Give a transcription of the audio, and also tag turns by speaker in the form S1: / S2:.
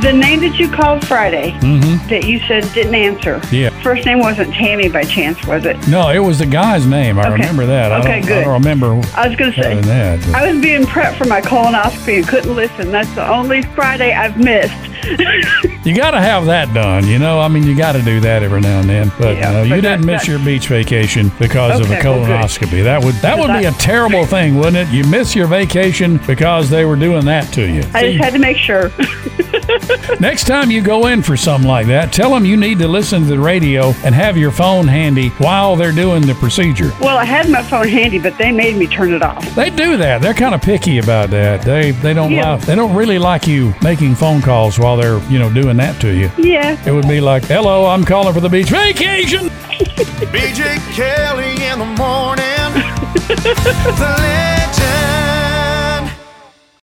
S1: The name that you called Friday that you said didn't answer.
S2: Mm-hmm. Yeah.
S1: First name wasn't Tammy by chance, was it?
S2: No, it was the guy's name. I
S1: Okay.
S2: remember that. I
S1: Okay,
S2: don't, I
S1: good.
S2: don't remember
S1: I was going to say,
S2: having that. but-
S1: I was being prepped for my colonoscopy and couldn't listen. That's the only Friday I've missed.
S2: You got to have that done, you know. I mean, you got to do that every now and then. But
S1: Yeah,
S2: uh, you
S1: but
S2: didn't
S1: that-
S2: miss
S1: that-
S2: your beach vacation because of a
S1: Okay, well, good.
S2: colonoscopy. that would that would be a
S1: I-
S2: terrible thing, wouldn't it? You miss your vacation because they were doing that to you.
S1: I just had to make sure.
S2: Next time you go in for something like that, tell them you need to listen to the radio and have your phone handy while they're doing the procedure.
S1: well, I had my phone handy, but they made me turn it off.
S2: They do that. They're kind of picky about that. They they don't
S1: Yeah.
S2: like, they don't really like you making phone calls while they're you know doing that to you.
S1: Yeah.
S2: It would be like, "Hello, I'm calling for the beach vacation."
S3: BJ Kelly in the morning. the legend.